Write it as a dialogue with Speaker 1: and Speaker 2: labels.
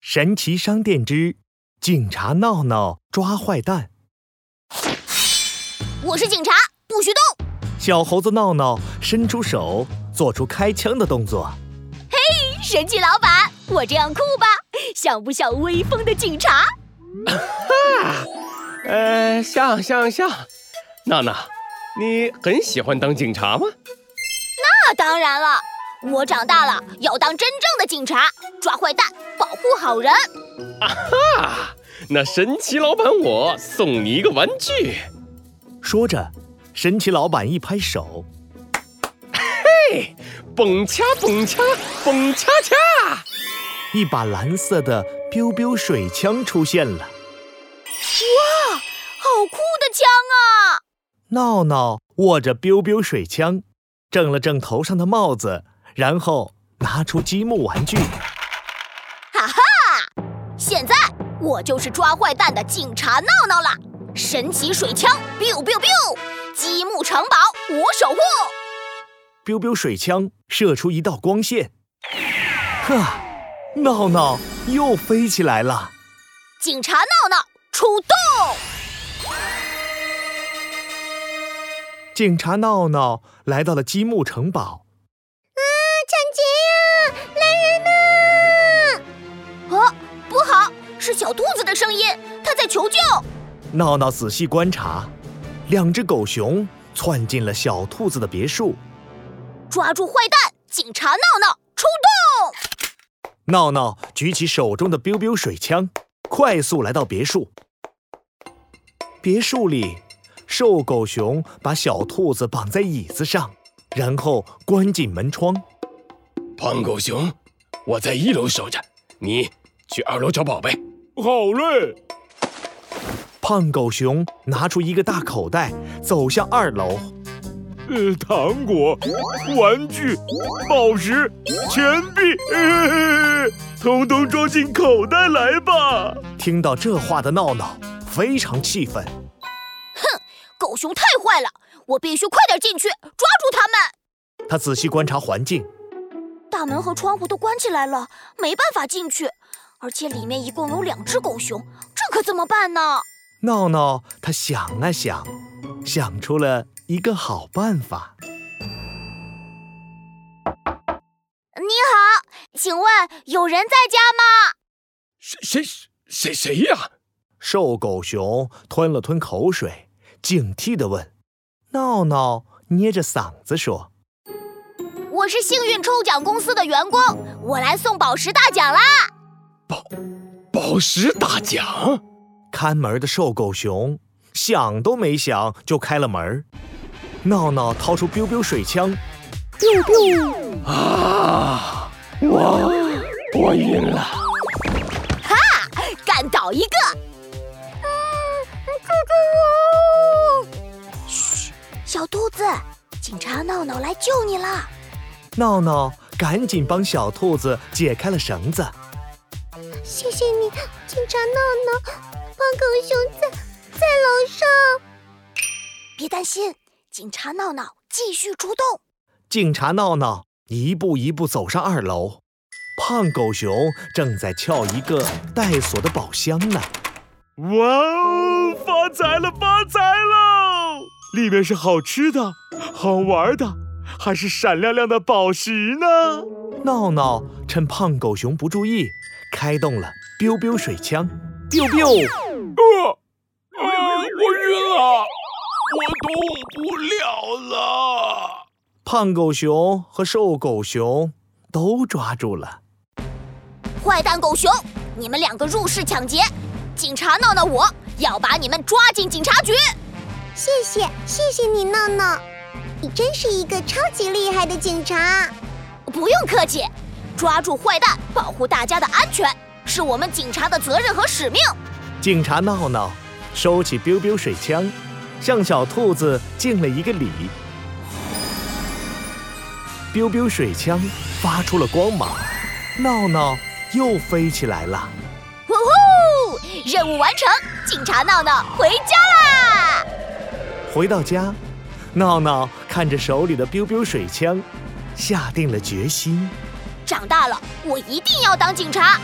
Speaker 1: 神奇商店之警察闹闹抓坏蛋。
Speaker 2: 我是警察，不许动！
Speaker 1: 小猴子闹闹伸出手，做出开枪的动作。
Speaker 2: 神奇老板，我这样酷吧？像不像威风的警察？啊
Speaker 3: 呃，像像像，娜娜，你很喜欢当警察吗？
Speaker 2: 那当然了，我长大了要当真正的警察，抓坏蛋，保护好人。
Speaker 3: 啊，那神奇老板，我送你一个玩具。
Speaker 1: 说着，神奇老板一拍手，
Speaker 3: 蹦恰蹦恰蹦恰恰，
Speaker 1: 一把蓝色的 biu biu 水枪出现了。
Speaker 2: 好酷的枪啊！
Speaker 1: 闹闹握着 biu biu 水枪，正了正头上的帽子，然后拿出积木玩具。
Speaker 2: 现在我就是抓坏蛋的警察闹闹了。神奇水枪，biu biu biu！积木城堡，我守护。
Speaker 1: biu biu 水枪射出一道光线， 呵，闹闹又飞起来了。
Speaker 2: 警察闹闹出动！
Speaker 1: 警察闹闹来到了积木城堡，
Speaker 2: 抢劫呀！来人呐！哦，不好，是小兔子的声音，它在求救。
Speaker 1: 闹闹仔细观察，两只狗熊窜进了小兔子的别墅。
Speaker 2: 抓住坏蛋！警察闹闹出动！
Speaker 1: 闹闹举起手中的 biu biu 水枪，快速来到别墅。别墅里，瘦狗熊把小兔子绑在椅子上，然后关紧门窗。
Speaker 3: 胖狗熊，我在一楼守着，你去二楼找宝贝。好嘞。
Speaker 1: 胖狗熊拿出一个大口袋，走向二楼。
Speaker 4: 呃，糖果、玩具、宝石、钱币，呃，统统装进口袋来吧。
Speaker 1: 听到这话的闹闹非常气愤，
Speaker 2: 狗熊太坏了，我必须快点进去抓住他们！
Speaker 1: 他仔细观察环境，
Speaker 2: 大门和窗户都关起来了，没办法进去，而且里面一共有两只狗熊，这可怎么办呢？
Speaker 1: 闹闹他想啊想，想出了一个好办法。
Speaker 2: 你好，请问有人在家吗？
Speaker 3: 谁谁谁谁呀、
Speaker 1: 瘦狗熊吞了吞口水，警惕地问：“闹闹，捏着嗓子说，
Speaker 2: 我是幸运抽奖公司的员工，我来送宝石大奖啦！
Speaker 3: 宝石大奖。
Speaker 1: 看门的瘦狗熊想都没想就开了门。闹闹掏出 biu biu 水枪，
Speaker 3: 啊！我我晕了，
Speaker 2: 干倒一个！啊嘘，小兔子，警察闹闹来救你了。
Speaker 1: 闹闹赶紧帮小兔子解开了绳子。
Speaker 2: 谢谢你，警察闹闹，胖狗熊在在楼上。别担心，警察闹闹继续出动。
Speaker 1: 警察闹闹一步一步走上二楼，胖狗熊正在撬一个带锁的宝箱呢。
Speaker 4: 哇哦，发财了，发财喽！里面是好吃的、好玩的，还是闪亮亮的宝石呢？
Speaker 1: 闹闹趁胖狗熊不注意，开动了 biu biu 水枪，biu biu。
Speaker 4: 啊，我晕了，我动不了了。
Speaker 1: 胖狗熊和瘦狗熊都抓住了。
Speaker 2: 坏蛋狗熊，你们两个入室抢劫，警察闹闹我要把你们抓进警察局。
Speaker 5: 谢谢，谢谢你，闹闹，你真是一个超级厉害的警察。
Speaker 2: 不用客气，抓住坏蛋，保护大家的安全，是我们警察的责任和使命。
Speaker 1: 警察闹闹收起 biu biu 水枪，向小兔子敬了一个礼。biu biu 水枪发出了光芒，闹闹又飞起来了。
Speaker 2: 呼呼，任务完成，警察闹闹回家啦！
Speaker 1: 回到家，闹闹看着手里的 biu biu 水枪，下定了决心。
Speaker 2: 长大了，我一定要当警察，